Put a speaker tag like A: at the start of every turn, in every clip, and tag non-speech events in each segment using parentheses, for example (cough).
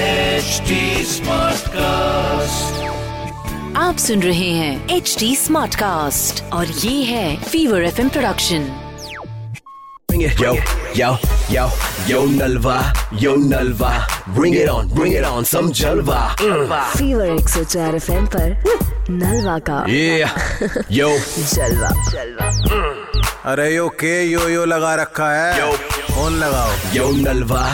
A: HD Smartcast.
B: आप सुन रहे हैं एच डी स्मार्ट कास्ट और ये है Fever F production
C: Bring it. Yo, yo, yo, yo Nalva, yo Nalva. Bring it on, bring it on, some Jalva. Mm.
B: Fever एक सौ चार एफ एम नलवा का
C: Yeah, yo,
B: जलवा
D: अरे यो के यो यो लगा रखा है
C: Yo.
D: फोन लगाओ
C: yo Nalva.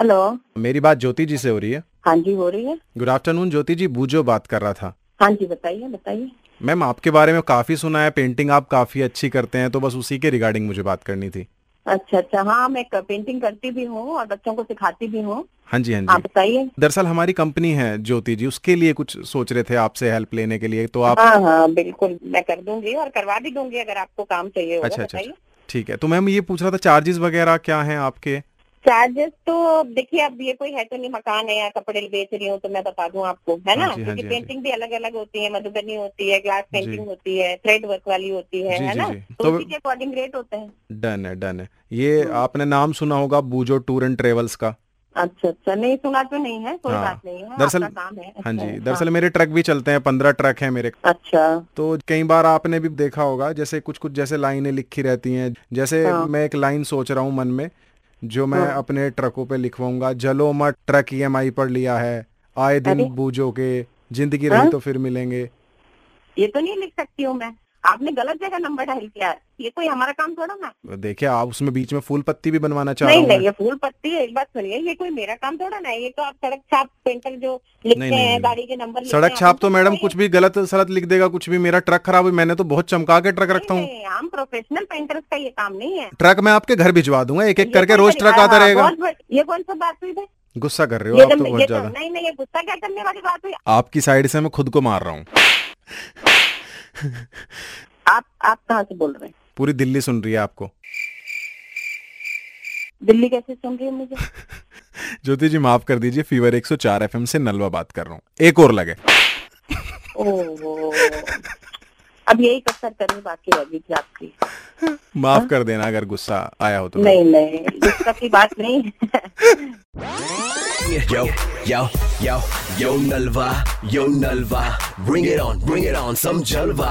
E: हेलो
D: मेरी बात ज्योति जी से हो रही है
E: हाँ जी हो रही है
D: गुड आफ्टरनून ज्योति जी बूजो बात कर रहा था
E: हाँ जी बताइए बताइए
D: मैम आपके बारे में काफी सुना है पेंटिंग आप काफी अच्छी करते हैं तो बस उसी के रिगार्डिंग मुझे बात करनी थी
E: अच्छा अच्छा हाँ मैं पेंटिंग करती भी हूँ और बच्चों को सिखाती भी हूँ
D: हाँ जी हाँ
E: आप
D: जी
E: बताइए
D: दरअसल हमारी कंपनी है ज्योति जी उसके लिए कुछ सोच रहे थे आपसे हेल्प लेने के लिए तो आप
E: हाँ हाँ बिल्कुल मैं कर दूंगी और करवा भी दूंगी अगर आपको काम चाहिए होगा
D: अच्छा अच्छा
E: बताइए
D: अच्छा। ठीक है तो मैम ये पूछ रहा था चार्जेस वगैरह क्या हैं आपके
E: चार्जेस तो देखिए अब ये कोई है तो नहीं मकान है या कपड़े बेच रही हूँ तो मैं बता दूँ आपको है ना
D: हाँ जी, हाँ
E: क्योंकि
D: जी, हाँ
E: पेंटिंग भी अलग अलग होती है मधुबनी होती है ग्लास पेंटिंग होती है थ्रेड वर्क वाली होती है
D: जी,
E: है
D: जी,
E: ना
D: जी।
E: तो
D: तो-
E: उसी के अकॉर्डिंग रेट होते हैं
D: डन है डन है ये
E: हाँ।
D: आपने नाम सुना होगा बूजो टूर एंड ट्रेवल्स का
E: अच्छा अच्छा नहीं सुना तो नहीं है कोई
D: हाँ।
E: बात नहीं है
D: दरअसल-
E: आपका काम है
D: हाँ
E: अच्छा,
D: जी दरअसल मेरे ट्रक भी चलते हैं पंद्रह ट्रक हैं मेरे
E: अच्छा
D: तो कई बार आपने भी देखा होगा जैसे कुछ कुछ जैसे लाइनें लिखी रहती हैं जैसे
E: हाँ।
D: मैं एक लाइन सोच रहा हूँ मन में जो मैं अपने ट्रकों पे लिखवाऊंगा जलो मत ट्रक ईएमआई पर लिया है आए दिन
E: अरे।
D: बूझो के जिंदगी रही
E: हाँ।
D: तो फिर मिलेंगे
E: ये तो नहीं लिख सकती हूँ मैं आपने गलत जगह नंबर डायल किया है। ये कोई हमारा काम थोड़ा ना
D: देखिए आप उसमें बीच में फूल पत्ती भी बनवाना चाह रहा
E: नहीं
D: हूँ
E: नहीं
D: मैं।
E: ये फूल पत्ती है एक बात सुनिए ये कोई मेरा काम थोड़ा ना है ये तो आप सड़क छाप पेंटर जो लिखते
D: नहीं, नहीं,
E: हैं
D: नहीं।
E: गाड़ी के नंबर लिखते
D: सड़क
E: हैं,
D: छाप
E: आप
D: तो
E: उनको
D: मैडम
E: कोई-
D: कुछ भी गलत सलत लिख देगा कुछ भी मेरा ट्रक खराब हुई मैंने तो बहुत चमका के ट्रक
E: नहीं,
D: रखता हूँ
E: नहीं, हम प्रोफेशनल पेंटर्स का ये काम नहीं है
D: ट्रक मैं आपके घर भिजवा दूंगा एक
E: ये
D: एक करके
E: कौन
D: रोज
E: सा-
D: ट्रक
E: हाँ,
D: आता
E: हाँ,
D: रहेगा
E: बहुत बड़- ये कौन सा बात हुई भाई
D: गुस्सा कर रहे हो
E: ये
D: आप
E: तो
D: तो
E: ये
D: बहुत
E: तो
D: ज्यादा
E: नहीं नहीं ये गुस्सा क्या करने वाली बात हुई
D: आपकी साइड से मैं खुद को मार रहा हूँ
E: आप आप कहाँ से बोल रहे हैं
D: पूरी दिल्ली सुन रही है आपको
E: दिल्ली कैसे सुन रही है
D: (laughs)
E: मुझे
D: ज्योति जी माफ कर दीजिए फीवर 104 एफएम से नलवा बात कर रहा हूँ एक और लगे
E: ओ अब यही कसर करनी बाकी रह गई थी आपकी
D: माफ कर देना अगर गुस्सा आया हो तो
E: नहीं नहीं गुस्सा की बात नहीं है
C: Yo, yo, yo, yo Nalva, yo Nalva. Bring it on, bring it on, some Jalva.